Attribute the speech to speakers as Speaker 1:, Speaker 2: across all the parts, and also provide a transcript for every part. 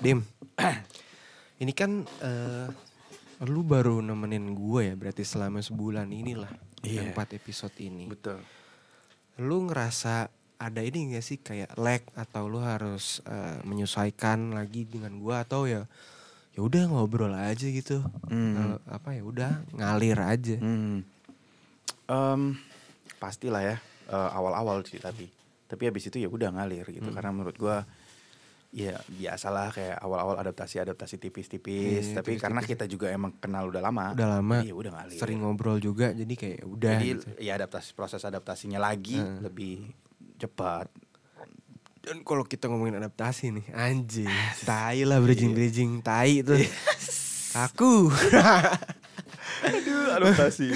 Speaker 1: Nah, Ini kan eh, lu baru nemenin gue ya berarti selama sebulan inilah
Speaker 2: Iya.
Speaker 1: empat episode ini.
Speaker 2: Betul.
Speaker 1: Lu ngerasa ada ini gak sih kayak lag atau lu harus eh, menyesuaikan lagi dengan gue atau ya ya udah ngobrol aja gitu. Kalau apa ya udah ngalir aja.
Speaker 2: Hmm. Em, pastilah ya eh, awal-awal sih tapi tapi habis itu ya udah ngalir gitu
Speaker 1: Hmm.
Speaker 2: karena menurut gua ya biasalah kayak awal-awal adaptasi adaptasi tipis-tipis
Speaker 1: Iya, tipis-tipis.
Speaker 2: tapi karena kita juga emang kenal udah lama
Speaker 1: Udah lama.
Speaker 2: jadi ya udah ngalir
Speaker 1: Sering ngobrol juga jadi kayak ya udah
Speaker 2: jadi
Speaker 1: gitu.
Speaker 2: ya adaptasi proses adaptasinya lagi lebih cepat
Speaker 1: Dan kalau kita ngomongin adaptasi nih, anjing, tai lah
Speaker 2: Iya.
Speaker 1: bridging-bridging, tai itu. Aku.
Speaker 2: aduh adaptasi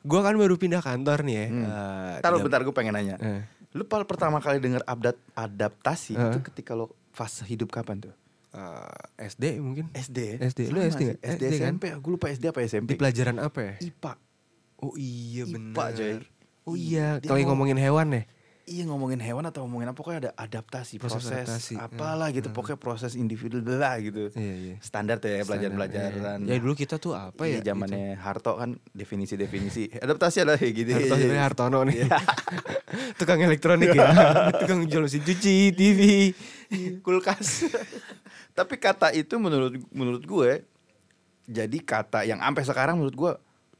Speaker 1: gua kan baru pindah kantor nih ya.
Speaker 2: Hmm.
Speaker 1: eh,
Speaker 2: taruh
Speaker 1: tidak-
Speaker 2: bentar gue pengen nanya
Speaker 1: Eh.
Speaker 2: lu pal pertama kali denger abdat adaptasi
Speaker 1: Eh.
Speaker 2: itu ketika lo fase hidup kapan tuh
Speaker 1: eh, SD mungkin.
Speaker 2: SD.
Speaker 1: SD. Lu
Speaker 2: Sama
Speaker 1: SD
Speaker 2: sih.
Speaker 1: nggak?
Speaker 2: SD,
Speaker 1: SD kan?
Speaker 2: SMP. Gue lupa SD apa SMP.
Speaker 1: Di pelajaran apa ya?
Speaker 2: IPA.
Speaker 1: Oh iya
Speaker 2: IPA,
Speaker 1: bener.
Speaker 2: coy.
Speaker 1: Oh iya,
Speaker 2: Iya, dia
Speaker 1: kalau yang
Speaker 2: mau-
Speaker 1: ngomongin hewan ya.
Speaker 2: Iya ngomongin hewan atau ngomongin apa pokoknya ada adaptasi
Speaker 1: Proses
Speaker 2: proses,
Speaker 1: adaptasi, Hmm.
Speaker 2: apalah gitu pokoknya proses individu lah gitu.
Speaker 1: Iya, iya.
Speaker 2: Standar tuh ya pelajaran-pelajaran.
Speaker 1: Ya dulu kita tuh apa
Speaker 2: Iya,
Speaker 1: ya?
Speaker 2: zamannya Harto kan definisi-definisi adaptasi adalah kayak gitu.
Speaker 1: gitu. Hartono,
Speaker 2: Iya, iya.
Speaker 1: sebenarnya Hartono nih. Gitu. Tukang elektronik ya. Tukang jual mesin cuci, TV.
Speaker 2: Iya, kulkas. Tapi kata itu menurut menurut gue jadi kata yang sampai sekarang menurut gue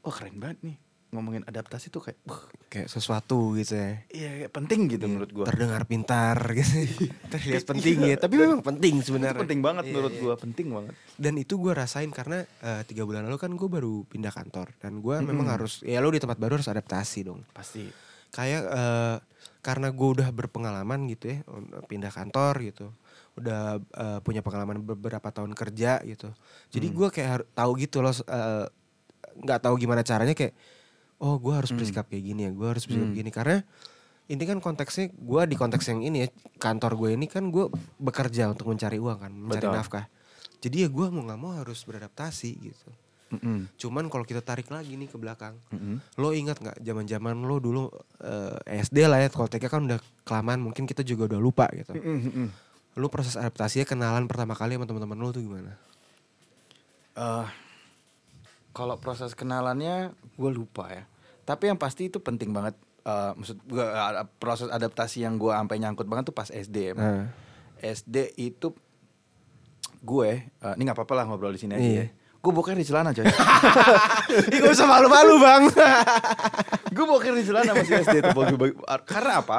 Speaker 2: wah keren banget nih ngomongin adaptasi tuh kayak wah,
Speaker 1: Kayak sesuatu gitu ya.
Speaker 2: iya kayak penting gitu menurut gue.
Speaker 1: terdengar pintar gitu terlihat penting ya tapi memang penting sebenarnya
Speaker 2: Itu penting banget
Speaker 1: Iya,
Speaker 2: menurut
Speaker 1: iya.
Speaker 2: gua, penting banget.
Speaker 1: dan itu gue rasain karena eh, tiga bulan lalu kan gue baru pindah kantor dan gue memang harus ya lo di tempat baru harus adaptasi dong
Speaker 2: Pasti.
Speaker 1: kayak eh, karena gue udah berpengalaman gitu ya un- pindah kantor gitu udah eh, punya pengalaman beberapa tahun kerja gitu jadi gue kayak har- tahu gitu loh s- eh, nggak tahu gimana caranya kayak oh gue harus bersikap kayak gini ya gue harus bersikap gini karena ini kan konteksnya gue di konteks yang ini ya kantor gue ini kan gue bekerja untuk mencari uang kan mencari
Speaker 2: Betul.
Speaker 1: nafkah jadi ya gue mau nggak mau harus beradaptasi gitu
Speaker 2: Mm-mm.
Speaker 1: cuman kalau kita tarik lagi nih ke belakang
Speaker 2: Mm-mm.
Speaker 1: lo ingat nggak zaman-zaman lo dulu eh, SD lah ya kalau TK kan udah kelamaan mungkin kita juga udah lupa gitu
Speaker 2: Mm-mm.
Speaker 1: lo proses adaptasinya kenalan pertama kali sama teman-teman lo tuh gimana
Speaker 2: Eh, kalau proses kenalannya gue lupa ya. Tapi yang pasti itu penting banget. Eh, maksud gua eh, proses adaptasi yang gua sampai nyangkut banget tuh pas SD. emang.
Speaker 1: Eh.
Speaker 2: SD itu gue, eh, ini nggak apa-apa lah ngobrol di sini aja.
Speaker 1: Iya.
Speaker 2: Ya. Gue boker di celana coy.
Speaker 1: Ih gak usah malu-malu bang
Speaker 2: gue boker di celana masih SD tuh. Bagi- bagi- Karena apa?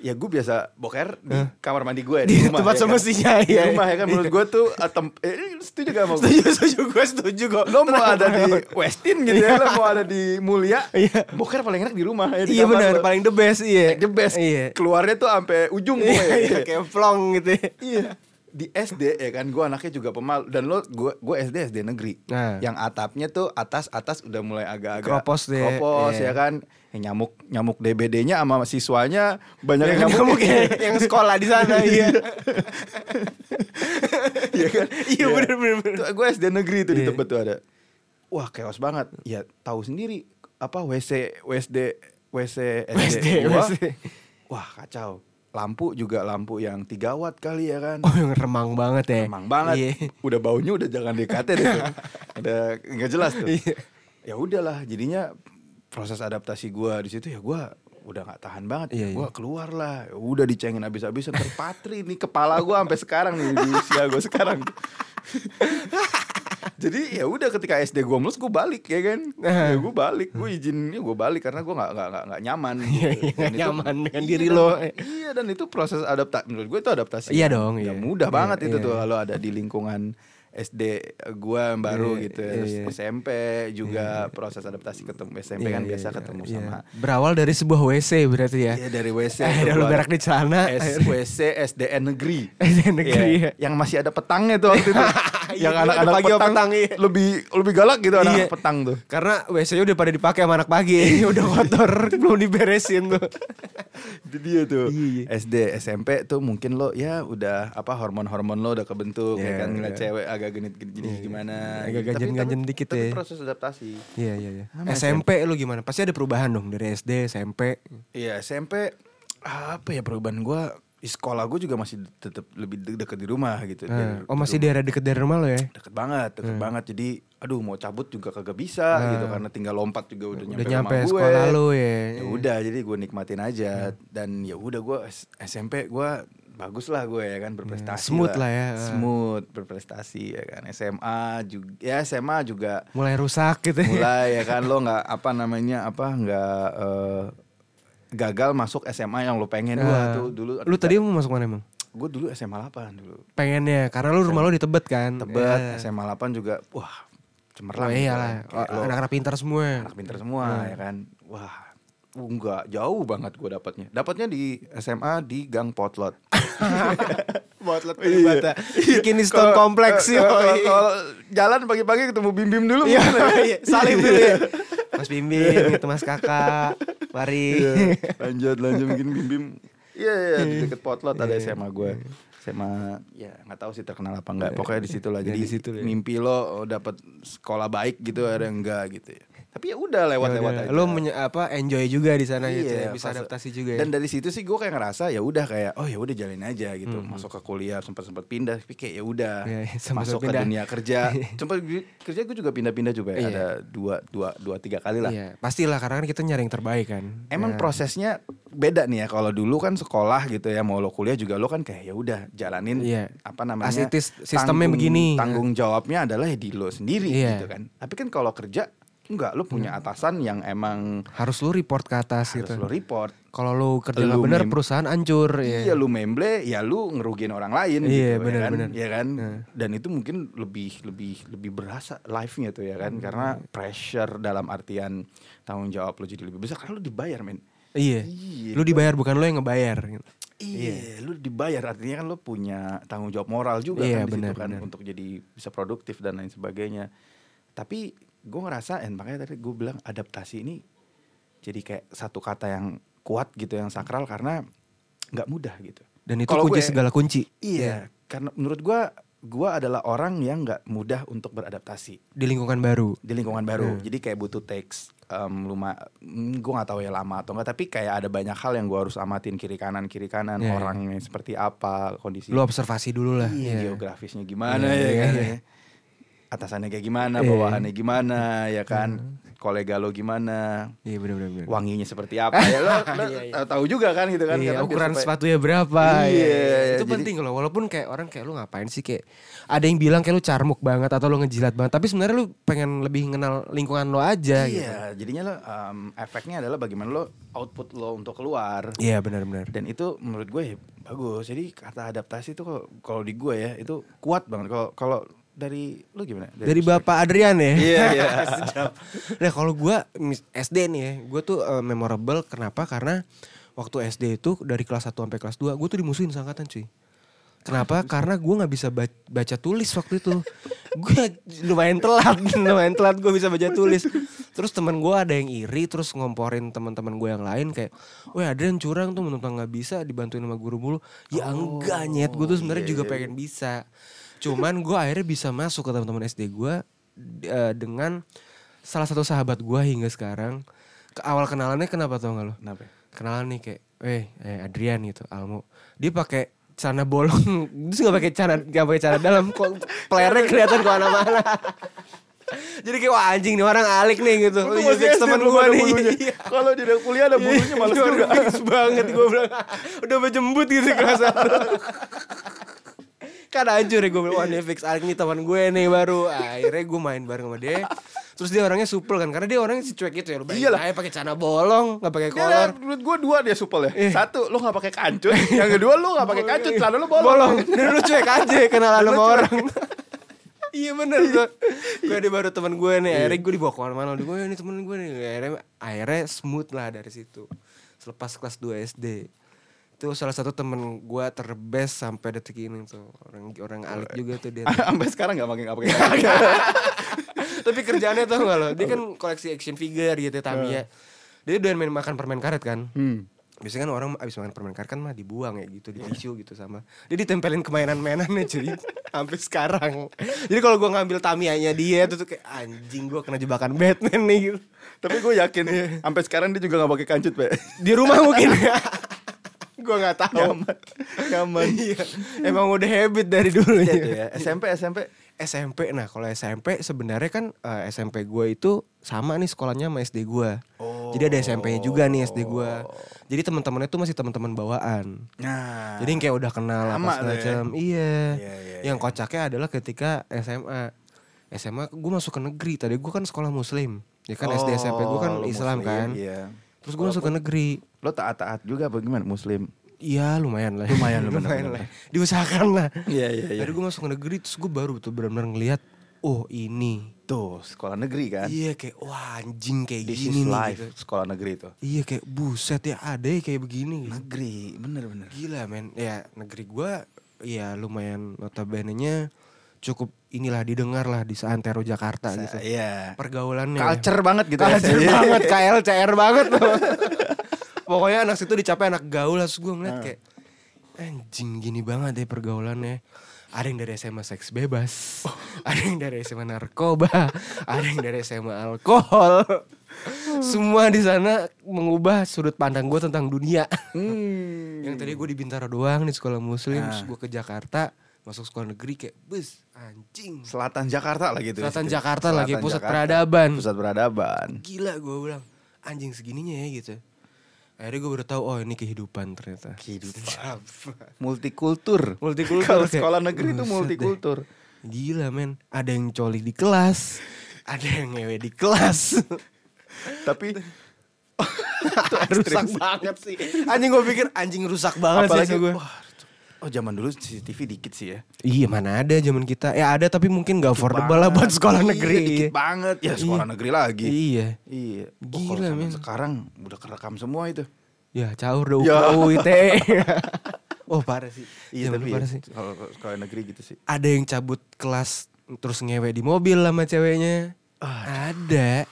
Speaker 2: Ya gue biasa boker di kamar mandi
Speaker 1: Eh.
Speaker 2: gue
Speaker 1: Di tempat
Speaker 2: ya kan?
Speaker 1: semestinya,
Speaker 2: Di
Speaker 1: iya, iya.
Speaker 2: rumah ya kan menurut gue tuh eh, tem- eh, setuju gak sama gue?
Speaker 1: Setuju, setuju, gue setuju kok
Speaker 2: lo mau ada di Westin gitu ya, lo mau ada di Mulia,
Speaker 1: Iya.
Speaker 2: boker paling enak di rumah ya. di
Speaker 1: Iya
Speaker 2: kamar
Speaker 1: benar
Speaker 2: lo.
Speaker 1: paling the best iya
Speaker 2: the best.
Speaker 1: Iya
Speaker 2: Keluarnya tuh sampai ujung gue.
Speaker 1: Iya, iya, kayak plong gitu ya
Speaker 2: Iya. Di SD ya kan, gue anaknya juga pemalu dan lo gue gue SD SD negeri,
Speaker 1: Nah.
Speaker 2: yang atapnya tuh atas atas udah mulai agak-agak
Speaker 1: Keropos deh,
Speaker 2: keropos
Speaker 1: iya.
Speaker 2: ya kan, Yang nyamuk nyamuk DBD-nya sama siswanya banyak yang
Speaker 1: nyamuk
Speaker 2: nyamuk,
Speaker 1: ya, yang sekolah di sana iya
Speaker 2: Iya kan?
Speaker 1: Iya, bener, bener, bener.
Speaker 2: Gue SD negeri itu di
Speaker 1: Iya.
Speaker 2: tempat tuh ada. Wah, chaos banget. Ya, tahu sendiri apa WC WSD WC
Speaker 1: WSD,
Speaker 2: SD gua.
Speaker 1: WSD.
Speaker 2: Wah, kacau. Lampu juga lampu yang 3 watt kali ya kan.
Speaker 1: Oh yang remang banget ya
Speaker 2: Emang banget.
Speaker 1: Iya.
Speaker 2: Udah baunya udah jangan DKT deh tuh. Udah nggak jelas tuh.
Speaker 1: Iya.
Speaker 2: ya udahlah, jadinya proses adaptasi gua di situ ya gua udah nggak tahan
Speaker 1: Iya,
Speaker 2: banget. Ya
Speaker 1: iya.
Speaker 2: gua keluar lah. Ya Udah dicengin habis-habisan terpatri nih kepala gua sampai sekarang nih di usia gua sekarang. Jadi ya udah ketika SD gua mulus gua balik ya kan.
Speaker 1: Nah.
Speaker 2: Ya gua balik, gua izinnya gua balik karena gua nggak nggak nggak- nggak nyaman. gitu.
Speaker 1: Iya, iya,
Speaker 2: Dan
Speaker 1: nggak
Speaker 2: itu-
Speaker 1: nyaman dengan
Speaker 2: Iya,
Speaker 1: diri
Speaker 2: dan-
Speaker 1: lo.
Speaker 2: Iya dan itu proses adaptasi menurut gua itu adaptasi.
Speaker 1: Iya
Speaker 2: yang
Speaker 1: dong,
Speaker 2: nggak
Speaker 1: iya.
Speaker 2: mudah
Speaker 1: Iya,
Speaker 2: banget itu
Speaker 1: iya.
Speaker 2: tuh kalau ada di lingkungan SD gua yang baru
Speaker 1: Iya,
Speaker 2: gitu ya.
Speaker 1: iya,
Speaker 2: Terus
Speaker 1: iya.
Speaker 2: SMP juga proses adaptasi ketemu SMP
Speaker 1: Iya,
Speaker 2: kan
Speaker 1: iya,
Speaker 2: biasa
Speaker 1: iya,
Speaker 2: ketemu
Speaker 1: iya.
Speaker 2: sama
Speaker 1: Berawal dari sebuah WC berarti ya
Speaker 2: Iya, dari WC
Speaker 1: Eh, lu
Speaker 2: keluar.
Speaker 1: berak di celana
Speaker 2: S-
Speaker 1: akhirnya.
Speaker 2: WC SDN negeri.
Speaker 1: SDN negeri,
Speaker 2: Iya, Yang masih ada petangnya tuh waktu itu.
Speaker 1: Iya,
Speaker 2: yang
Speaker 1: ada
Speaker 2: anak-anak
Speaker 1: pagi sama
Speaker 2: petang,
Speaker 1: petang, iya.
Speaker 2: lebih lebih galak gitu anak,
Speaker 1: Iya.
Speaker 2: -anak petang tuh. Iya.
Speaker 1: Karena WC-nya udah pada dipakai sama anak pagi Udah kotor Belum diberesin tuh
Speaker 2: Itu dia tuh.
Speaker 1: Iya, iya.
Speaker 2: SD, SMP tuh mungkin lo ya udah apa hormon-hormon lo udah kebentuk
Speaker 1: Iya,
Speaker 2: ya kan ngeliat
Speaker 1: iya.
Speaker 2: cewek agak genit-genit gimana.
Speaker 1: Agak
Speaker 2: gitu. Tapi-
Speaker 1: ganjen-ganjen
Speaker 2: tapi-
Speaker 1: dikit
Speaker 2: tapi
Speaker 1: ya.
Speaker 2: proses adaptasi.
Speaker 1: Iya iya iya
Speaker 2: Sama
Speaker 1: SMP lu gimana? Pasti ada perubahan dong Dari SD SMP
Speaker 2: Iya SMP apa ya perubahan gua di sekolah gue juga masih tetap lebih de- deket di rumah gitu.
Speaker 1: Nah,
Speaker 2: Dari-
Speaker 1: oh masih daerah deket dari rumah lo ya?
Speaker 2: deket banget, deket banget. Jadi, aduh mau cabut juga kagak bisa gitu karena tinggal lompat juga udah,
Speaker 1: Nah. Udah
Speaker 2: nyampe,
Speaker 1: nyampe
Speaker 2: rumah gue.
Speaker 1: sekolah Hmm. lo ya.
Speaker 2: Ya udah, jadi gue nikmatin aja dan ya udah gue S- SMP gue bagus lah gue ya kan berprestasi.
Speaker 1: smooth lah ya.
Speaker 2: Smooth berprestasi ya kan. SMA juga, ya SMA juga
Speaker 1: Mulai rusak gitu. ya.
Speaker 2: mulai ya kan lo nggak apa namanya apa nggak eh, gagal masuk SMA yang lo pengen
Speaker 1: Nah,
Speaker 2: Wah, tuh dulu
Speaker 1: Lu tadi mau masuk mana emang?
Speaker 2: gue dulu SMA 8 dulu
Speaker 1: Pengennya karena lu rumah lu di Tebet kan. Ya.
Speaker 2: tebet SMA 8 juga wah
Speaker 1: Oh
Speaker 2: cemerlang gitu
Speaker 1: iyalah, Oh, Iya.
Speaker 2: kan. Kayak lo, anak,
Speaker 1: anak-anak pintar semua.
Speaker 2: pinter semua ya kan wah enggak jauh banget gue dapatnya dapatnya di SMA di Gang Potlot
Speaker 1: Buat
Speaker 2: Iya.
Speaker 1: Bikin stone
Speaker 2: Kalau-
Speaker 1: kompleks sih.
Speaker 2: kalau- kalau- kalau jalan pagi-pagi ketemu Bim Bim dulu
Speaker 1: Iya,
Speaker 2: mungkin ya.
Speaker 1: iya, salim dulu ya. Mas Bimbing, gitu Mas Kakak, mari.
Speaker 2: Iya, lanjut lanjut mungkin bim bim iya iya di deket potlot ada
Speaker 1: Iya,
Speaker 2: SMA gue SMA ya nggak tahu sih terkenal apa enggak pokoknya di situ lah
Speaker 1: Ya,
Speaker 2: jadi
Speaker 1: di situ Hmm. lah ya.
Speaker 2: mimpi lo oh, dapat sekolah baik gitu ada yang enggak gitu ya tapi ya udah lewat lewat
Speaker 1: Yaudah,
Speaker 2: aja
Speaker 1: Lu menye- apa enjoy juga di sana gitu ya,
Speaker 2: Iya,
Speaker 1: bisa
Speaker 2: pas-
Speaker 1: adaptasi juga ya.
Speaker 2: dan dari situ sih gue kayak ngerasa ya udah kayak oh ya udah jalin aja gitu masuk ke kuliah sempat sempat pindah tapi kayak ya udah
Speaker 1: Hmm, Iya, iya, sempat-sempat
Speaker 2: masuk ke
Speaker 1: pindah.
Speaker 2: dunia kerja sempat kerja gue juga pindah-pindah juga ya
Speaker 1: Iya.
Speaker 2: ada dua dua dua tiga kali lah
Speaker 1: Iya, pastilah karena kan kita nyari yang terbaik kan.
Speaker 2: Emang prosesnya beda nih ya kalau dulu kan sekolah gitu ya mau lo kuliah juga lo kan kayak ya udah jalanin
Speaker 1: Iya.
Speaker 2: apa namanya
Speaker 1: As it is, sistemnya
Speaker 2: tanggung-
Speaker 1: begini.
Speaker 2: tanggung jawabnya adalah ya di lo sendiri
Speaker 1: Iya.
Speaker 2: gitu kan tapi kan kalau kerja enggak lo punya atasan yang emang
Speaker 1: harus lu report ke atas
Speaker 2: harus
Speaker 1: gitu.
Speaker 2: lo report
Speaker 1: Kalau lu kerja nggak
Speaker 2: Lu
Speaker 1: bener
Speaker 2: mem-
Speaker 1: perusahaan hancur
Speaker 2: Iya lu memble ya lu ngerugiin orang lain
Speaker 1: Iya,
Speaker 2: gitu
Speaker 1: benar,
Speaker 2: ya kan.
Speaker 1: benar. Iya.
Speaker 2: Ya kan? Dan itu mungkin lebih lebih lebih berasa live-nya tuh ya kan
Speaker 1: Hmm.
Speaker 2: karena pressure dalam artian tanggung jawab lo jadi lebih besar karena lo dibayar men.
Speaker 1: Iya.
Speaker 2: Iya.
Speaker 1: Lu dibayar bukan lu yang ngebayar. gitu.
Speaker 2: Iya, lu dibayar artinya kan lu punya tanggung jawab moral juga
Speaker 1: Iya,
Speaker 2: kan di situ
Speaker 1: benar,
Speaker 2: kan
Speaker 1: benar.
Speaker 2: untuk jadi bisa produktif dan lain sebagainya. Tapi gue ngerasain makanya tadi gue bilang adaptasi ini jadi kayak satu kata yang kuat gitu yang sakral karena nggak mudah gitu.
Speaker 1: Dan itu
Speaker 2: Kalau
Speaker 1: kunci
Speaker 2: gue-
Speaker 1: segala kunci. ya,
Speaker 2: Iya, karena menurut gue gue adalah orang yang nggak mudah untuk beradaptasi
Speaker 1: Di lingkungan baru.
Speaker 2: di lingkungan
Speaker 1: Hmm.
Speaker 2: baru. Jadi kayak butuh takes um, luma gue nggak tahu ya lama atau enggak tapi kayak ada banyak hal yang gue harus amatin kiri kanan kiri kanan
Speaker 1: Iya, iya.
Speaker 2: orangnya seperti apa kondisi
Speaker 1: Lu observasi dulu lah.
Speaker 2: Iya,
Speaker 1: Iya.
Speaker 2: geografisnya gimana
Speaker 1: Iya,
Speaker 2: ya
Speaker 1: iya,
Speaker 2: kan.
Speaker 1: iya.
Speaker 2: ya. Atasannya kayak gimana,
Speaker 1: Iya.
Speaker 2: bawahannya gimana ya kan. Kolega lo gimana,
Speaker 1: Iya benar-benar.
Speaker 2: wanginya seperti apa ya lo, lo tahu juga kan gitu kan.
Speaker 1: Iya,
Speaker 2: karena
Speaker 1: ukuran
Speaker 2: biar supaya-
Speaker 1: sepatunya berapa
Speaker 2: Iya,
Speaker 1: ya,
Speaker 2: iya,
Speaker 1: itu
Speaker 2: jadi-
Speaker 1: penting loh walaupun kayak orang kayak lu ngapain sih kayak ada yang bilang kayak lu carmuk banget atau lu ngejilat banget tapi sebenarnya lu pengen lebih kenal lingkungan lo aja gitu.
Speaker 2: Iya, jadinya lo um, efeknya adalah bagaimana lo output lo untuk keluar.
Speaker 1: Iya benar-benar.
Speaker 2: Dan itu menurut gue ya bagus. Jadi kata adaptasi itu kalau- kalau di gue ya itu kuat banget. Kalau kalau dari lo gimana?
Speaker 1: Dari Bapak Adrian ya.
Speaker 2: Iya, iya.
Speaker 1: Sejam. nah kalau gue SD nih ya, gue tuh eh, memorable kenapa? Karena waktu SD itu dari kelas 1 sampai kelas 2 gue tuh dimusuhin seangkatan cuy. Kenapa? Karena gue nggak bisa ba- baca tulis waktu itu. gue lumayan telat, lumayan telat gue bisa baca tulis. Terus teman gue ada yang iri, terus ngomporin teman-teman gue yang lain kayak, "Weh Adrian curang tuh mentang nggak bisa dibantuin sama guru mulu." Ya enggak nyet, gue tuh sebenarnya juga pengen bisa. Cuman gue akhirnya bisa masuk ke teman-teman SD gue d- eh, dengan salah satu sahabat gue hingga sekarang. Ke awal kenalannya kenapa tau gak lo?
Speaker 2: Kenapa ya?
Speaker 1: Kenalan nih kayak, eh, eh Adrian gitu, Almo. Dia pakai celana bolong, terus nggak pakai celana nggak pakai celana dalam, kok playernya kelihatan kemana-mana. Jadi kayak wah anjing nih orang alik nih gitu.
Speaker 2: Untung
Speaker 1: Lu
Speaker 2: masih
Speaker 1: fix
Speaker 2: SD
Speaker 1: temen
Speaker 2: belum
Speaker 1: gue
Speaker 2: ada
Speaker 1: nih.
Speaker 2: bulunya.
Speaker 1: Iya.
Speaker 2: Kalau di dalam kuliah ada bulunya malas
Speaker 1: Itu orang
Speaker 2: juga.
Speaker 1: fix banget gue bilang. Udah berjembut gitu kelas satu. kan hancur ya gue bilang wah ini fix Alik nih teman gue nih baru akhirnya gue main bareng sama dia terus dia orangnya supel kan karena dia orangnya si cuek gitu ya lu bayangin
Speaker 2: Iyalah. Iya kan?
Speaker 1: aja pakai celana bolong nggak pakai
Speaker 2: Dia
Speaker 1: kolor
Speaker 2: menurut gue dua dia supel ya.
Speaker 1: Iya.
Speaker 2: Satu lo nggak pakai kancut, yang kedua lo nggak pakai kancut, lalu lo bolong.
Speaker 1: bolong dan lu cuek aja kenalan
Speaker 2: Lu
Speaker 1: sama
Speaker 2: cuek.
Speaker 1: orang iya bener gue gue ada baru teman gue nih akhirnya gue dibawa kemana-mana gue "Oh, ini temen gue nih akhirnya akhirnya smooth lah dari situ selepas kelas 2 SD itu salah satu temen gue terbest sampai detik ini tuh orang orang alik juga tuh dia
Speaker 2: Sampai sekarang nggak pakai nggak pakai kancut.
Speaker 1: Tapi kerjaannya tau gak lo Dia kan koleksi action figure gitu Tamiya Dia doyan main makan permen karet kan Biasanya kan orang abis makan permen karet kan mah dibuang ya gitu Di tisu gitu sama Dia ditempelin ke mainan-mainannya cuy Sampai sekarang Jadi kalau gue ngambil Tamiyanya dia tuh, tuh kayak Anjing gue kena jebakan Batman nih gitu Iya.
Speaker 2: Tapi gue yakin sampai sekarang dia juga nggak pakai kancut, Pak.
Speaker 1: Di rumah mungkin
Speaker 2: gue nggak tahu nyaman nyaman
Speaker 1: Iya. Emang udah habit dari dulu
Speaker 2: Iya tuh
Speaker 1: ya.
Speaker 2: ya SMP SMP
Speaker 1: SMP nah kalau SMP sebenarnya kan eh, SMP gue itu sama nih sekolahnya sama SD gue. Jadi ada SMP-nya juga nih SD gue.
Speaker 2: Oh.
Speaker 1: Jadi teman-temannya tuh masih teman-teman bawaan.
Speaker 2: nah
Speaker 1: Jadi yang kayak udah kenal
Speaker 2: Sama
Speaker 1: apa segala
Speaker 2: tuh ya.
Speaker 1: macam. Iya.
Speaker 2: Iya, iya,
Speaker 1: Yang kocaknya adalah ketika SMA. SMA gue masuk ke negeri. Tadi gue kan sekolah muslim. Ya kan SD SMP gue kan
Speaker 2: Oh, lu
Speaker 1: Islam
Speaker 2: muslim,
Speaker 1: kan.
Speaker 2: iya.
Speaker 1: Terus gue masuk ke negeri.
Speaker 2: lo taat taat juga apa gimana muslim
Speaker 1: Iya lumayan lah.
Speaker 2: Lumayan, lu
Speaker 1: lumayan lah.
Speaker 2: bener-bener.
Speaker 1: Diusahakan lah.
Speaker 2: Iya, iya, iya.
Speaker 1: Tadi gue masuk ke negeri terus gue baru tuh benar-benar ngelihat. Oh ini.
Speaker 2: tuh sekolah negeri kan
Speaker 1: Iya kayak wah anjing kayak
Speaker 2: This
Speaker 1: gini nih.
Speaker 2: is life
Speaker 1: gitu.
Speaker 2: sekolah negeri itu
Speaker 1: Iya kayak buset ya ada ya kayak begini. gitu.
Speaker 2: negeri bener bener
Speaker 1: Gila men Ya negeri gua Ya lumayan notabene-nya Cukup inilah didengar lah di seantero Jakarta gitu
Speaker 2: iya
Speaker 1: Pergaulannya
Speaker 2: culture banget gitu ya.
Speaker 1: Culture
Speaker 2: Iya.
Speaker 1: banget KLCR banget loh Pokoknya anak situ dicapai anak gaul Terus gue ngeliat kayak Anjing gini banget deh pergaulannya ada yang dari SMA seks bebas,
Speaker 2: Oh.
Speaker 1: ada yang dari SMA narkoba, ada yang dari SMA alkohol. Semua di sana mengubah sudut pandang gue tentang dunia.
Speaker 2: Hmm.
Speaker 1: Yang tadi gue di Bintaro doang di sekolah muslim, terus
Speaker 2: Ah.
Speaker 1: gue ke Jakarta, masuk sekolah negeri kayak bus anjing.
Speaker 2: Selatan Jakarta lah gitu.
Speaker 1: Selatan
Speaker 2: Situ.
Speaker 1: Jakarta lagi,
Speaker 2: Selatan
Speaker 1: pusat
Speaker 2: Jakarta.
Speaker 1: peradaban.
Speaker 2: Pusat peradaban.
Speaker 1: Gila gue bilang, anjing segininya ya gitu. Akhirnya gue baru tahu oh ini kehidupan ternyata.
Speaker 2: Kehidupan. Multikultur.
Speaker 1: Multikultur,
Speaker 2: Kalau
Speaker 1: kayak,
Speaker 2: sekolah negeri itu
Speaker 1: buset deh.
Speaker 2: multikultur.
Speaker 1: Gila men, ada yang coli di kelas, ada yang ngewe di kelas.
Speaker 2: Tapi
Speaker 1: rusak banget sih. Anjing gue pikir anjing rusak banget
Speaker 2: apalagi
Speaker 1: sih gue.
Speaker 2: wah, oh zaman dulu CCTV dikit sih ya.
Speaker 1: Iya mana ada zaman kita. Ya ada tapi mungkin gak affordable lah
Speaker 2: Banget.
Speaker 1: buat sekolah
Speaker 2: Iya,
Speaker 1: negeri.
Speaker 2: dikit banget ya sekolah
Speaker 1: Iya.
Speaker 2: negeri lagi.
Speaker 1: Iya.
Speaker 2: Iya. Oh,
Speaker 1: Gila,
Speaker 2: kalau zaman
Speaker 1: men.
Speaker 2: Sekarang udah kerekam semua itu.
Speaker 1: Ya caur dong
Speaker 2: Ya.
Speaker 1: UITE. oh parah sih.
Speaker 2: Iya
Speaker 1: Zaman
Speaker 2: tapi
Speaker 1: dulu
Speaker 2: ya,
Speaker 1: parah sih.
Speaker 2: kalau kalau sekolah negeri gitu sih.
Speaker 1: Ada yang cabut kelas terus ngewe di mobil sama ceweknya. Ada.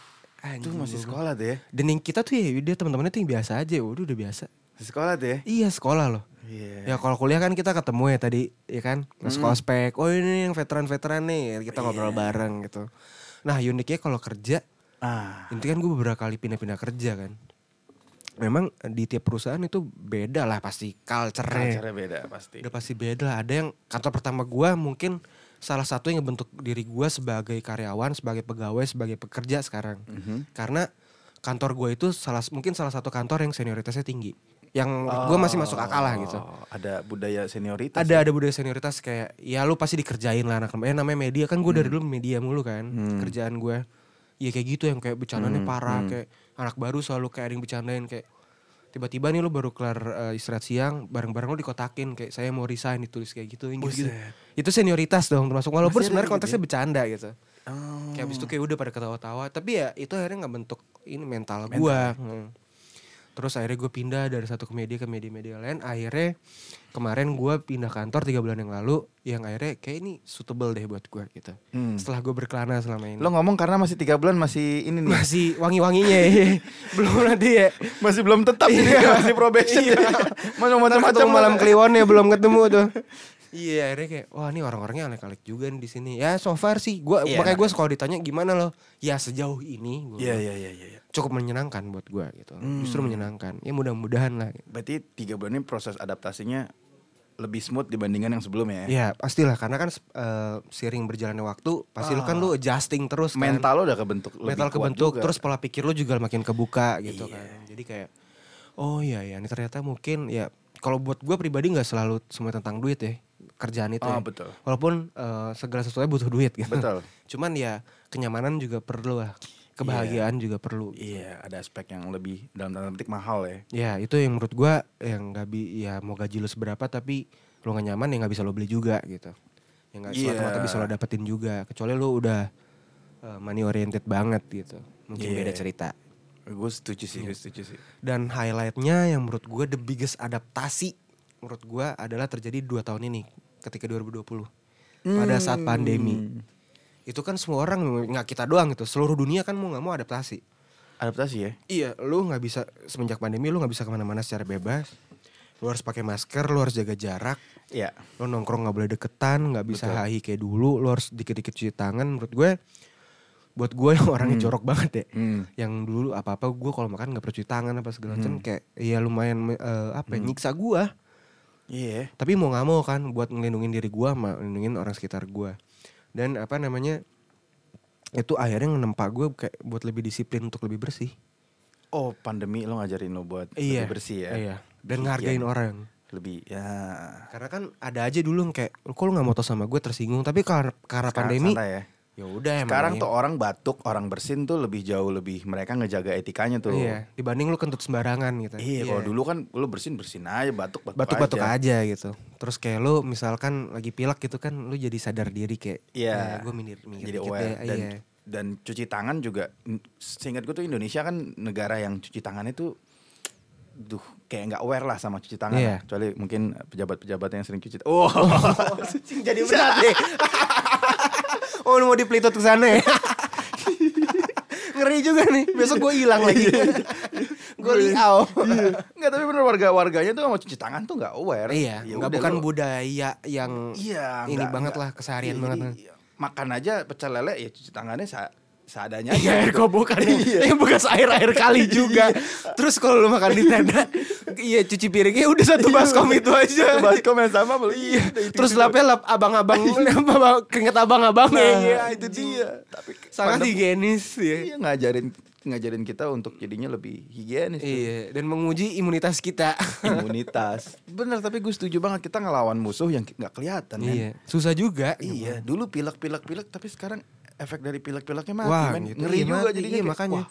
Speaker 2: Itu
Speaker 1: Anjing
Speaker 2: masih
Speaker 1: gua.
Speaker 2: sekolah tuh ya.
Speaker 1: Dan yang kita tuh ya udah teman-temannya tuh yang biasa aja. Waduh udah biasa.
Speaker 2: Masih sekolah tuh ya.
Speaker 1: Iya sekolah loh.
Speaker 2: Iya.
Speaker 1: Ya kalau kuliah kan kita ketemu ya tadi, ya kan? Mas kospek. Oh ini yang veteran-veteran nih,
Speaker 2: Iya.
Speaker 1: kita ngobrol bareng gitu. Nah uniknya kalau kerja,
Speaker 2: Ah.
Speaker 1: Intinya kan gue beberapa kali pindah-pindah kerja kan. Memang di tiap perusahaan itu beda lah pasti culture-nya.
Speaker 2: Acara beda pasti.
Speaker 1: Udah pasti beda lah. Ada yang kantor pertama gue mungkin salah satu yang ngebentuk diri gue sebagai karyawan, sebagai pegawai, sebagai pekerja sekarang. Karena kantor gue itu salah mungkin salah satu kantor yang senioritasnya tinggi. Yang gue masih masuk akal lah gitu.
Speaker 2: Oh, Ada budaya senioritas. ya.
Speaker 1: Ada ada budaya senioritas kayak ya lu pasti dikerjain lah anak eh namanya media kan gue dari
Speaker 2: Hmm.
Speaker 1: dulu media mulu kan kerjaan gue ya kayak gitu yang kayak
Speaker 2: Hmm,
Speaker 1: bercandanya parah kayak anak baru selalu kayak ada yang bercandain kayak tiba-tiba nih lu baru kelar eh, istirahat siang bareng-bareng lu dikotakin kayak saya mau resign ditulis kayak gitu yang gitu, itu senioritas dong termasuk walaupun
Speaker 2: Masih ada
Speaker 1: sebenarnya
Speaker 2: gitu
Speaker 1: konteksnya bercanda gitu
Speaker 2: Oh.
Speaker 1: kayak abis itu kayak udah pada ketawa-tawa tapi ya itu akhirnya nggak bentuk ini mental,
Speaker 2: ya.
Speaker 1: gua Hmm. terus akhirnya gue pindah dari satu ke media ke media-media lain akhirnya kemarin gua pindah kantor tiga bulan yang lalu yang akhirnya kayak ini suitable deh buat gua gitu
Speaker 2: Hmm.
Speaker 1: setelah gue berkelana selama ini
Speaker 2: Lo ngomong karena masih tiga bulan masih ini nih.
Speaker 1: masih wangi-wanginya ya belum nanti ya
Speaker 2: masih belum tetap ini masih probation.
Speaker 1: Iya.
Speaker 2: Iya. Masih
Speaker 1: Ntar
Speaker 2: macam-macam
Speaker 1: ketemu malam kliwon ya belum ketemu tuh Iya akhirnya kayak wah ini orang-orangnya alek-alek juga nih di sini. Ya so far sih gua
Speaker 2: Iya,
Speaker 1: makanya gue kalau ditanya gimana loh ya sejauh ini gua
Speaker 2: Iya iya iya iya.
Speaker 1: cukup menyenangkan buat gua gitu. Justru menyenangkan. Ya mudah-mudahan lah.
Speaker 2: Berarti tiga bulan ini proses adaptasinya lebih smooth dibandingkan yang sebelumnya ya.
Speaker 1: Ya pastilah karena kan eh, seiring berjalannya waktu pasti lu kan lu adjusting terus kan.
Speaker 2: Ah. Mental lo udah kebentuk lebih
Speaker 1: mental
Speaker 2: kuat
Speaker 1: kebentuk
Speaker 2: juga. Iya.
Speaker 1: terus pola pikir lu juga makin kebuka gitu kan. Jadi kayak oh iya ya ini ternyata mungkin ya kalau buat gua pribadi nggak selalu semua tentang duit ya kerjaan itu. ya.
Speaker 2: Ah, betul.
Speaker 1: Walaupun eh, segala sesuatunya butuh duit gitu.
Speaker 2: Betul.
Speaker 1: Cuman ya kenyamanan juga perlu lah. Kebahagiaan juga perlu.
Speaker 2: Iya, ada aspek yang lebih dalam tanda petik mahal ya.
Speaker 1: Ya itu yang menurut gua yang nggak bi ya mau gaji lu seberapa tapi lu gak nyaman ya nggak bisa lo beli juga gitu. Yang nggak
Speaker 2: Iya.
Speaker 1: semata-mata bisa lo dapetin juga kecuali lu udah eh, money oriented banget gitu. Mungkin
Speaker 2: Iya.
Speaker 1: beda cerita.
Speaker 2: Gue setuju sih,
Speaker 1: Iya.
Speaker 2: gue setuju sih.
Speaker 1: Dan highlightnya yang menurut gua the biggest adaptasi menurut gua adalah terjadi dua tahun ini ketika 2020 pada saat
Speaker 2: Hmm.
Speaker 1: pandemi. Itu kan semua orang nggak kita doang gitu seluruh dunia kan mau nggak mau adaptasi.
Speaker 2: Adaptasi ya.
Speaker 1: Iya, lu nggak bisa semenjak pandemi lu nggak bisa kemana-mana secara bebas. Lu harus pakai masker, lu harus jaga jarak.
Speaker 2: Iya.
Speaker 1: Lu nongkrong nggak boleh deketan, nggak bisa hahi kayak dulu. Lu harus dikit-dikit cuci tangan. Menurut gue buat gue yang orangnya jorok banget ya
Speaker 2: Hmm.
Speaker 1: yang dulu apa apa gue kalau makan nggak percuci tangan apa segala macam kayak ya lumayan eh, apa ya, nyiksa gue
Speaker 2: Iya.
Speaker 1: tapi mau nggak mau kan buat ngelindungin diri gue sama ngelindungin orang sekitar gue dan apa namanya itu akhirnya ngenempa gue kayak buat lebih disiplin untuk lebih bersih
Speaker 2: Oh, pandemi lo ngajarin lo buat lebih bersih ya.
Speaker 1: iya dan ngehargain orang
Speaker 2: Lebih ya.
Speaker 1: karena kan ada aja dulu yang kayak "Lu kok lu nggak mau tau sama gue tersinggung tapi karena karena
Speaker 2: Sekarang
Speaker 1: pandemi
Speaker 2: santai ya.
Speaker 1: ya udah emang
Speaker 2: Sekarang
Speaker 1: iya.
Speaker 2: tuh orang batuk, orang bersin tuh lebih jauh lebih mereka ngejaga etikanya tuh.
Speaker 1: iya dibanding lu kentut sembarangan gitu
Speaker 2: Iya, kalau dulu kan lu bersin bersin aja, batuk batuk,
Speaker 1: batuk-batuk aja. gitu terus kayak lu misalkan lagi pilek gitu kan lu jadi sadar diri kayak
Speaker 2: Iya.
Speaker 1: gue Nah, minir minir
Speaker 2: Jadi
Speaker 1: dikit
Speaker 2: aware
Speaker 1: deh,
Speaker 2: dan
Speaker 1: iya.
Speaker 2: dan cuci tangan juga. Seingat gue tuh Indonesia kan negara yang cuci tangannya tuh duh kayak nggak aware lah sama cuci tangan.
Speaker 1: Iya.
Speaker 2: lah. Kecuali mungkin pejabat-pejabat yang sering cuci. Oh, Iya. jadi berat deh.
Speaker 1: Oh lu mau dipelitut ke sana ya? Ngeri juga nih. Besok gue hilang lagi. gue liau.
Speaker 2: Enggak, tapi bener warga-warganya tuh sama cuci tangan tuh nggak aware.
Speaker 1: Iya,
Speaker 2: Ya
Speaker 1: nggak
Speaker 2: udah
Speaker 1: bukan
Speaker 2: lu-
Speaker 1: budaya yang
Speaker 2: Iya,
Speaker 1: ini
Speaker 2: nggak-
Speaker 1: banget
Speaker 2: nggak-
Speaker 1: lah keseharian
Speaker 2: iya,
Speaker 1: banget.
Speaker 2: jadi, iya, Makan aja pecel lele ya cuci tangannya sa- seadanya aja.
Speaker 1: Iya air
Speaker 2: gitu.
Speaker 1: kobokan ya. Yang bekas air-air kali juga
Speaker 2: Iya.
Speaker 1: Terus kalau lu makan di tenda Iya cuci piringnya udah satu baskom itu aja Iya.
Speaker 2: Baskom yang sama beli.
Speaker 1: Terus lapnya lap abang-abang abang- Keringet abang-abangnya
Speaker 2: Iya. Nah,
Speaker 1: Iya
Speaker 2: itu
Speaker 1: itu
Speaker 2: dia.
Speaker 1: dia
Speaker 2: Tapi
Speaker 1: Sangat
Speaker 2: pandemi-
Speaker 1: higienis ya.
Speaker 2: Iya ngajarin ngajarin kita untuk jadinya lebih higienis tuh.
Speaker 1: Iya dan menguji imunitas kita
Speaker 2: imunitas. Bener tapi gue setuju banget kita ngelawan musuh yang ki- nggak kelihatan men.
Speaker 1: Iya susah juga
Speaker 2: Iya, dulu pilek-pilek-pilek tapi sekarang efek dari pilek-pileknya mati
Speaker 1: Wah,
Speaker 2: men.
Speaker 1: gitu.
Speaker 2: Ngeri
Speaker 1: Iya,
Speaker 2: juga
Speaker 1: mati.
Speaker 2: jadinya
Speaker 1: Iya,
Speaker 2: kayak,
Speaker 1: makanya.
Speaker 2: wah,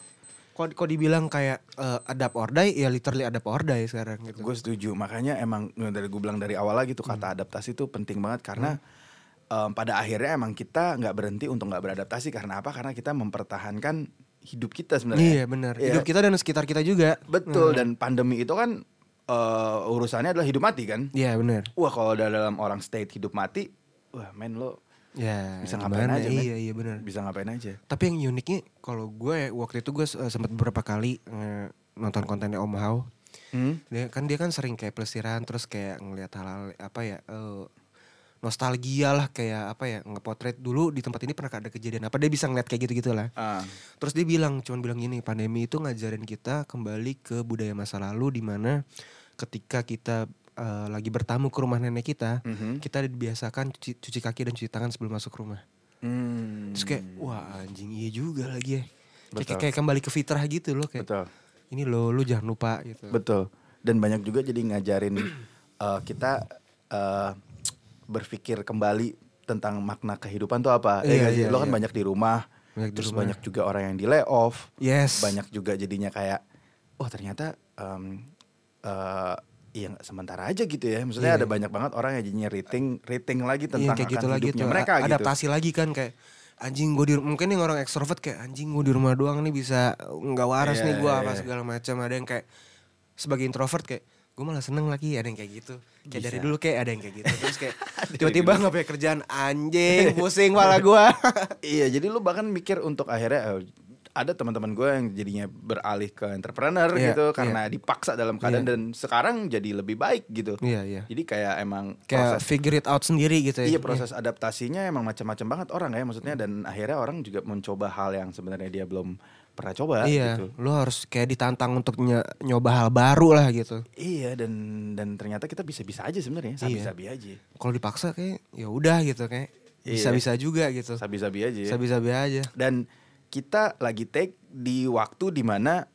Speaker 1: Kok kok dibilang kayak eh, adapt or die, ya literally adapt or die sekarang gitu.
Speaker 2: Gue setuju, makanya emang eh, dari gue bilang dari awal lagi tuh kata adaptasi itu penting banget karena em, pada akhirnya emang kita nggak berhenti untuk nggak beradaptasi karena apa? Karena kita mempertahankan hidup kita sebenarnya.
Speaker 1: Iya benar.
Speaker 2: Iya.
Speaker 1: Hidup kita dan sekitar kita juga.
Speaker 2: Betul
Speaker 1: Hmm.
Speaker 2: dan pandemi itu kan eh, urusannya adalah hidup mati kan?
Speaker 1: Iya benar.
Speaker 2: Wah kalau udah dalam orang state hidup mati, wah men lo
Speaker 1: Ya.
Speaker 2: bisa ngapain
Speaker 1: gimana?
Speaker 2: aja? men.
Speaker 1: Iya iya benar.
Speaker 2: Bisa ngapain aja?
Speaker 1: Tapi yang uniknya kalau gue waktu itu gue eh, sempat beberapa kali eh, nonton kontennya Om Hao.
Speaker 2: Hmm?
Speaker 1: Dia, kan dia kan sering kayak pelesiran terus kayak ngelihat hal-hal apa ya eh, nostalgia lah kayak apa ya ngepotret dulu di tempat ini pernah ada kejadian apa dia bisa ngeliat kayak gitu-gitu lah.
Speaker 2: Ah,
Speaker 1: Terus dia bilang, cuman bilang gini, pandemi itu ngajarin kita kembali ke budaya masa lalu di mana ketika kita eh, lagi bertamu ke rumah nenek kita,
Speaker 2: mhm.
Speaker 1: kita dibiasakan cuci, cuci kaki dan cuci tangan sebelum masuk rumah.
Speaker 2: Hmm.
Speaker 1: Terus kayak, wah anjing iya juga lagi ya. Kayak,
Speaker 2: Betul.
Speaker 1: kayak kembali ke fitrah gitu loh kayak.
Speaker 2: betul.
Speaker 1: Ini loh, lu jangan lupa gitu.
Speaker 2: Betul. Dan banyak juga jadi ngajarin eh, kita eh, berpikir kembali tentang makna kehidupan tuh apa.
Speaker 1: Iya, iya,
Speaker 2: Iya, Lo kan
Speaker 1: iya.
Speaker 2: banyak di rumah.
Speaker 1: Banyak di
Speaker 2: terus
Speaker 1: rumah.
Speaker 2: banyak juga orang yang di layoff.
Speaker 1: Yes.
Speaker 2: Banyak juga jadinya kayak oh ternyata em eh, iya nggak sementara aja gitu ya. Maksudnya
Speaker 1: Iya.
Speaker 2: ada banyak banget orang yang jadinya rating rating lagi
Speaker 1: Iya,
Speaker 2: tentang
Speaker 1: kayak
Speaker 2: akan
Speaker 1: gitu lagi
Speaker 2: hidupnya
Speaker 1: tuh.
Speaker 2: mereka
Speaker 1: a- adaptasi lagi kan kayak anjing gue di mungkin yang orang ekstrovert kayak anjing gue di rumah doang nih bisa nggak waras
Speaker 2: Hmm. Iya,
Speaker 1: nih gue
Speaker 2: iya,
Speaker 1: apa
Speaker 2: iya.
Speaker 1: segala macam ada yang kayak sebagai introvert kayak gue malah seneng lagi ada yang kayak gitu kayak dari
Speaker 2: Bisa.
Speaker 1: dulu kayak ada yang kayak gitu terus kayak tiba-tiba nggak punya kerjaan anjing pusing malah gue
Speaker 2: gitu. Iya, jadi lu bahkan mikir untuk akhirnya eh, ada teman-teman gue yang jadinya beralih ke entrepreneur
Speaker 1: Iya,
Speaker 2: gitu
Speaker 1: iya.
Speaker 2: karena dipaksa dalam keadaan
Speaker 1: Iya.
Speaker 2: dan sekarang jadi lebih baik gitu.
Speaker 1: iya iya
Speaker 2: Jadi kayak emang
Speaker 1: kayak
Speaker 2: proses
Speaker 1: figure it out sendiri gitu ya
Speaker 2: iya proses adaptasinya emang macam-macam banget orang ya maksudnya dan akhirnya orang juga mencoba hal yang sebenarnya dia belum pernah coba
Speaker 1: iya
Speaker 2: gitu.
Speaker 1: lu harus kayak ditantang untuk nye- nyoba hal baru lah gitu
Speaker 2: Iya dan dan ternyata kita bisa-bisa aja
Speaker 1: Iya.
Speaker 2: sebenarnya, sabi-sabi aja.
Speaker 1: kalau dipaksa kayak ya udah gitu kayak
Speaker 2: Iya.
Speaker 1: bisa-bisa juga gitu
Speaker 2: Sabi-sabi aja. ya.
Speaker 1: bisa-bisa aja
Speaker 2: Dan kita lagi take di waktu dimana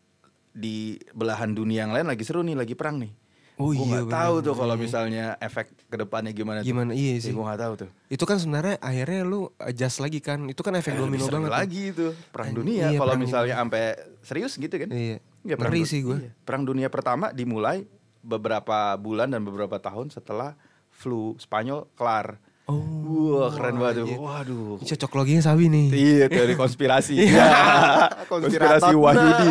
Speaker 2: di belahan dunia yang lain lagi seru nih, lagi perang nih.
Speaker 1: Oh
Speaker 2: Gua
Speaker 1: iya,
Speaker 2: nggak tahu
Speaker 1: bener.
Speaker 2: tuh kalau misalnya efek kedepannya gimana. tuh.
Speaker 1: Gimana? Iya
Speaker 2: Ya,
Speaker 1: sih.
Speaker 2: gua nggak tahu tuh.
Speaker 1: Itu kan sebenarnya akhirnya lu adjust lagi kan. Itu kan efek
Speaker 2: Eh, lebih
Speaker 1: domino
Speaker 2: seru
Speaker 1: banget. tuh.
Speaker 2: lagi itu perang
Speaker 1: Eh,
Speaker 2: dunia.
Speaker 1: iya,
Speaker 2: kalau
Speaker 1: perang
Speaker 2: misalnya sampai serius gitu kan.
Speaker 1: Iya.
Speaker 2: Ya, perang
Speaker 1: Ngeri
Speaker 2: du-
Speaker 1: sih gua.
Speaker 2: iya. Perang dunia pertama dimulai beberapa bulan dan beberapa tahun setelah flu Spanyol kelar.
Speaker 1: Oh.
Speaker 2: Wah, keren banget tuh.
Speaker 1: iya.
Speaker 2: Waduh.
Speaker 1: Ini cocok loginya Sabi nih.
Speaker 2: Iya, teori konspirasi.
Speaker 1: Iya.
Speaker 2: konspirasi
Speaker 1: Konspirator.
Speaker 2: Wahyudi.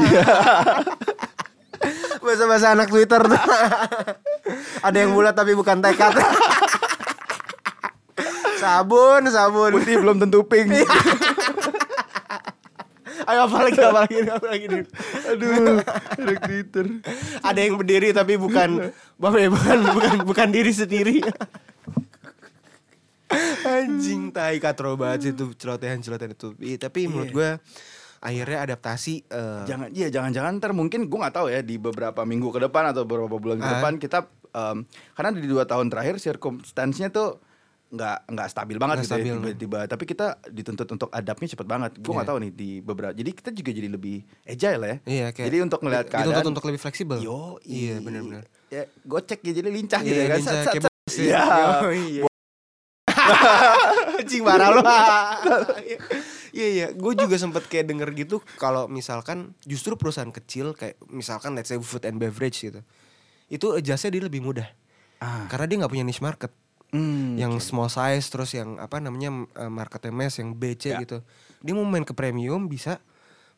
Speaker 1: Bahasa-bahasa anak Twitter. Ada yang bulat tapi bukan tekad. sabun, sabun.
Speaker 2: Putih belum tentu pink.
Speaker 1: Iya. Ayo apa lagi apa lagi apa lagi nih.
Speaker 2: Aduh, ada glitter.
Speaker 1: Ada yang berdiri tapi bukan bukan bukan bukan, bukan diri sendiri. anjing tai katro banget sih itu celotehan-celotehan itu. Ih, tapi menurut gue akhirnya adaptasi eh,
Speaker 2: jangan iya jangan-jangan ntar mungkin gue nggak tahu ya di beberapa minggu ke depan atau beberapa bulan ke
Speaker 1: Ah.
Speaker 2: depan kita em, karena di dua tahun terakhir circumstance-nya tuh nggak nggak stabil banget
Speaker 1: Nggak
Speaker 2: gitu ya,
Speaker 1: stabil.
Speaker 2: tiba-tiba tapi kita dituntut untuk adaptnya cepet banget gue nggak
Speaker 1: Iya.
Speaker 2: tahu nih di beberapa jadi kita juga jadi lebih agile ya
Speaker 1: Iya, kayak
Speaker 2: jadi untuk ngelihat
Speaker 1: dituntut
Speaker 2: keadaan
Speaker 1: untuk lebih fleksibel.
Speaker 2: yo
Speaker 1: Iya, benar-benar.
Speaker 2: ya, gocek ya jadi lincah gitu
Speaker 1: Iya,
Speaker 2: ya kan
Speaker 1: lincah,
Speaker 2: Sat, sat,
Speaker 1: kayak
Speaker 2: sat.
Speaker 1: bus ya.
Speaker 2: Iya.
Speaker 1: Iya.
Speaker 2: anjing marah lu
Speaker 1: Iya iya, gue juga sempet kayak denger gitu kalau misalkan justru perusahaan kecil kayak misalkan let's say food and beverage gitu, itu adjustnya dia lebih mudah
Speaker 2: Ah.
Speaker 1: karena dia nggak punya niche market,
Speaker 2: Hmm.
Speaker 1: yang small size terus yang apa namanya m- eh, marketnya mass yang BC
Speaker 2: Ya.
Speaker 1: gitu, dia mau main ke premium bisa,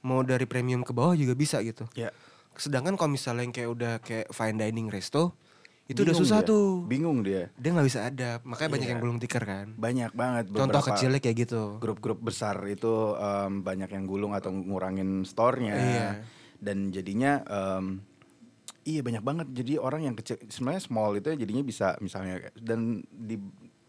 Speaker 1: mau dari premium ke bawah juga bisa gitu.
Speaker 2: Ya.
Speaker 1: Sedangkan kalau misalnya yang kayak udah kayak fine dining resto, itu udah
Speaker 2: Bingung
Speaker 1: susah
Speaker 2: dia.
Speaker 1: tuh,
Speaker 2: bingung dia
Speaker 1: dia nggak bisa ada, makanya banyak
Speaker 2: Iya.
Speaker 1: yang belum tikar kan.
Speaker 2: banyak banget
Speaker 1: Contoh
Speaker 2: beberapa
Speaker 1: kecilnya kayak gitu.
Speaker 2: grup-grup besar itu em, banyak yang gulung atau ngurangin store-nya
Speaker 1: Iya.
Speaker 2: dan jadinya em, iya banyak banget jadi orang yang kecil sebenarnya small itu jadinya bisa misalnya dan di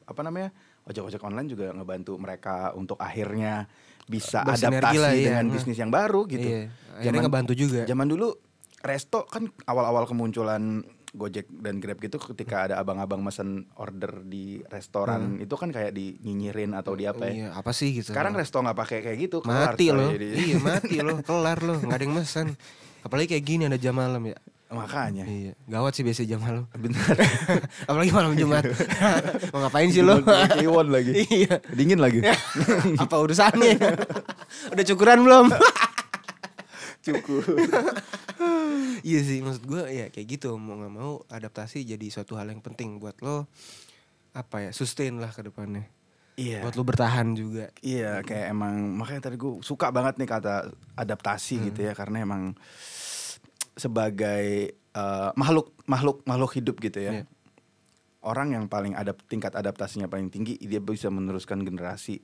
Speaker 2: apa namanya ojek-ojek online juga ngebantu mereka untuk akhirnya bisa
Speaker 1: Bersinergi
Speaker 2: adaptasi
Speaker 1: lah, iya.
Speaker 2: dengan bisnis yang baru gitu
Speaker 1: Iya. Akhirnya ngebantu juga.
Speaker 2: zaman dulu resto kan awal-awal kemunculan Gojek dan Grab gitu ketika ada abang-abang mesen order di restoran itu kan kayak di nyinyirin atau di apa ya.
Speaker 1: Hmm. Iya, apa sih gitu.
Speaker 2: Sekarang resto nggak pakai kayak gitu. kelar
Speaker 1: mati
Speaker 2: coy,
Speaker 1: loh.
Speaker 2: jadi.
Speaker 1: Iya, mati loh. Kelar loh, nggak ada yang mesen. Apalagi kayak gini ada jam malam ya.
Speaker 2: Makanya.
Speaker 1: Iya, gawat sih biasanya jam malam.
Speaker 2: Bentar.
Speaker 1: Apalagi malam Jumat. Mau ngapain sih lo?
Speaker 2: Gua Kliwon lagi.
Speaker 1: Iya.
Speaker 2: Dingin lagi.
Speaker 1: apa urusannya? Udah cukuran belum?
Speaker 2: Cukup.
Speaker 1: iya sih, maksud gue ya kayak gitu. Mau nggak mau adaptasi jadi suatu hal yang penting buat lo apa ya sustain lah ke depannya.
Speaker 2: Iya.
Speaker 1: Buat lo bertahan juga.
Speaker 2: Iya, kayak emang makanya tadi gue suka banget nih kata adaptasi gitu
Speaker 1: Hmm.
Speaker 2: ya karena emang sebagai eh, makhluk makhluk makhluk hidup gitu
Speaker 1: Iya.
Speaker 2: ya. Orang yang paling adap tingkat adaptasinya paling tinggi dia bisa meneruskan generasi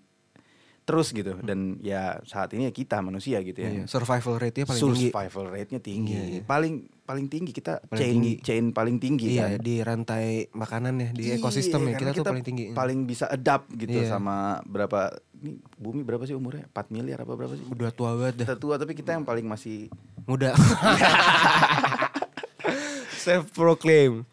Speaker 2: terus gitu dan ya saat ini ya kita manusia gitu ya.
Speaker 1: Hmm. Iya, survival rate-nya paling tinggi.
Speaker 2: survival rate-nya tinggi.
Speaker 1: Iya, iya.
Speaker 2: Paling paling tinggi kita
Speaker 1: Paling
Speaker 2: chain
Speaker 1: tinggi.
Speaker 2: chain paling tinggi
Speaker 1: Iya,
Speaker 2: kan.
Speaker 1: di rantai makanan ya, di ekosistem ya
Speaker 2: Iya,
Speaker 1: kita,
Speaker 2: karena
Speaker 1: tuh paling tinggi.
Speaker 2: Paling bisa adapt gitu
Speaker 1: Iya.
Speaker 2: sama berapa ini bumi berapa sih umurnya? 4 miliar apa berapa sih?
Speaker 1: Udah tua banget dah.
Speaker 2: Kita tua tapi kita yang paling masih
Speaker 1: Muda. Self proclaim.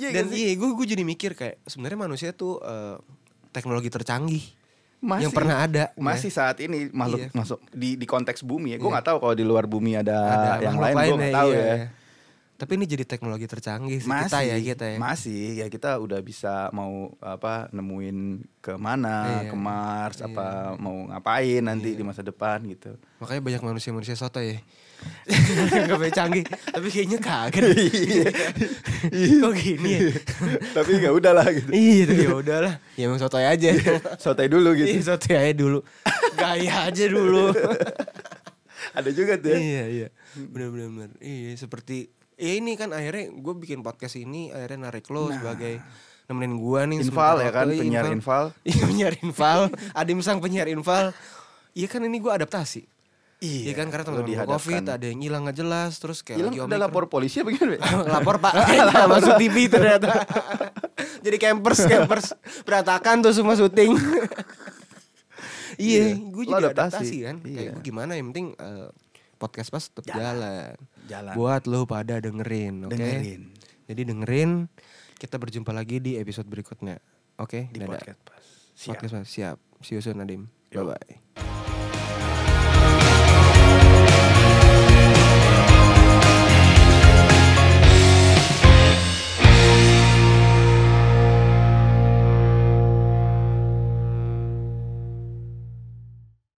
Speaker 1: Dan iya, gue gue jadi mikir kayak sebenarnya manusia tuh eh, teknologi tercanggih yang pernah ada.
Speaker 2: masih
Speaker 1: ya.
Speaker 2: saat ini
Speaker 1: Iya.
Speaker 2: makhluk masuk di di konteks bumi ya. Gue nggak tahu kalau di luar bumi ada, Ah, yang
Speaker 1: makhluk
Speaker 2: lain, gue nggak tahu
Speaker 1: iya,
Speaker 2: ya.
Speaker 1: iya. Tapi ini jadi teknologi tercanggih sih
Speaker 2: Masih,
Speaker 1: kita ya kita ya.
Speaker 2: masih ya kita udah bisa mau apa nemuin ke mana,
Speaker 1: Iya.
Speaker 2: ke Mars,
Speaker 1: Iya.
Speaker 2: apa mau ngapain nanti di masa depan gitu.
Speaker 1: Makanya banyak manusia-manusia soto ya. Gak boleh canggih, tapi kayaknya kagak. deh.
Speaker 2: Iya.
Speaker 1: Kok gini ya?
Speaker 2: tapi ya udahlah gitu.
Speaker 1: Iya, tapi ya udahlah. Ya emang sotoy aja.
Speaker 2: Sotai dulu
Speaker 1: Iya,
Speaker 2: gitu.
Speaker 1: sotoy aja dulu. Gaya aja dulu.
Speaker 2: Ada juga tuh. ya.
Speaker 1: iya, iya. Benar-benar. benar. Iya, seperti ya ini kan akhirnya gue bikin podcast ini akhirnya narik lo sebagai nemenin gua nih
Speaker 2: Nah. Infal
Speaker 1: sementara
Speaker 2: ya kan,
Speaker 1: waktu. Iya,
Speaker 2: penyiar
Speaker 1: Iya, penyiar Infal. Adim Sang penyiar Infal. Iya kan ini gua adaptasi. Iya, kan karena
Speaker 2: lo
Speaker 1: teman-teman gua
Speaker 2: dihadapkan.
Speaker 1: COVID ada yang hilang nggak jelas terus kayak
Speaker 2: Hilang
Speaker 1: lagi
Speaker 2: udah
Speaker 1: Omikron.
Speaker 2: lapor polisi apa gimana? Be?
Speaker 1: lapor pak
Speaker 2: Ah, iya,
Speaker 1: Nggak masuk TV ternyata jadi campers campers berantakan tuh semua syuting iya
Speaker 2: Iya,
Speaker 1: gue
Speaker 2: lo
Speaker 1: juga adaptasi,
Speaker 2: adaptasi.
Speaker 1: kan kayak
Speaker 2: Iya.
Speaker 1: gue gimana yang penting eh, podcast pas tetap jalan.
Speaker 2: Jalan.
Speaker 1: buat lo pada dengerin oke
Speaker 2: Dengerin.
Speaker 1: jadi dengerin kita berjumpa lagi di episode berikutnya oke
Speaker 2: Di
Speaker 1: dadah
Speaker 2: podcast pas. Siap.
Speaker 1: podcast Mas. siap see you soon Nadim bye bye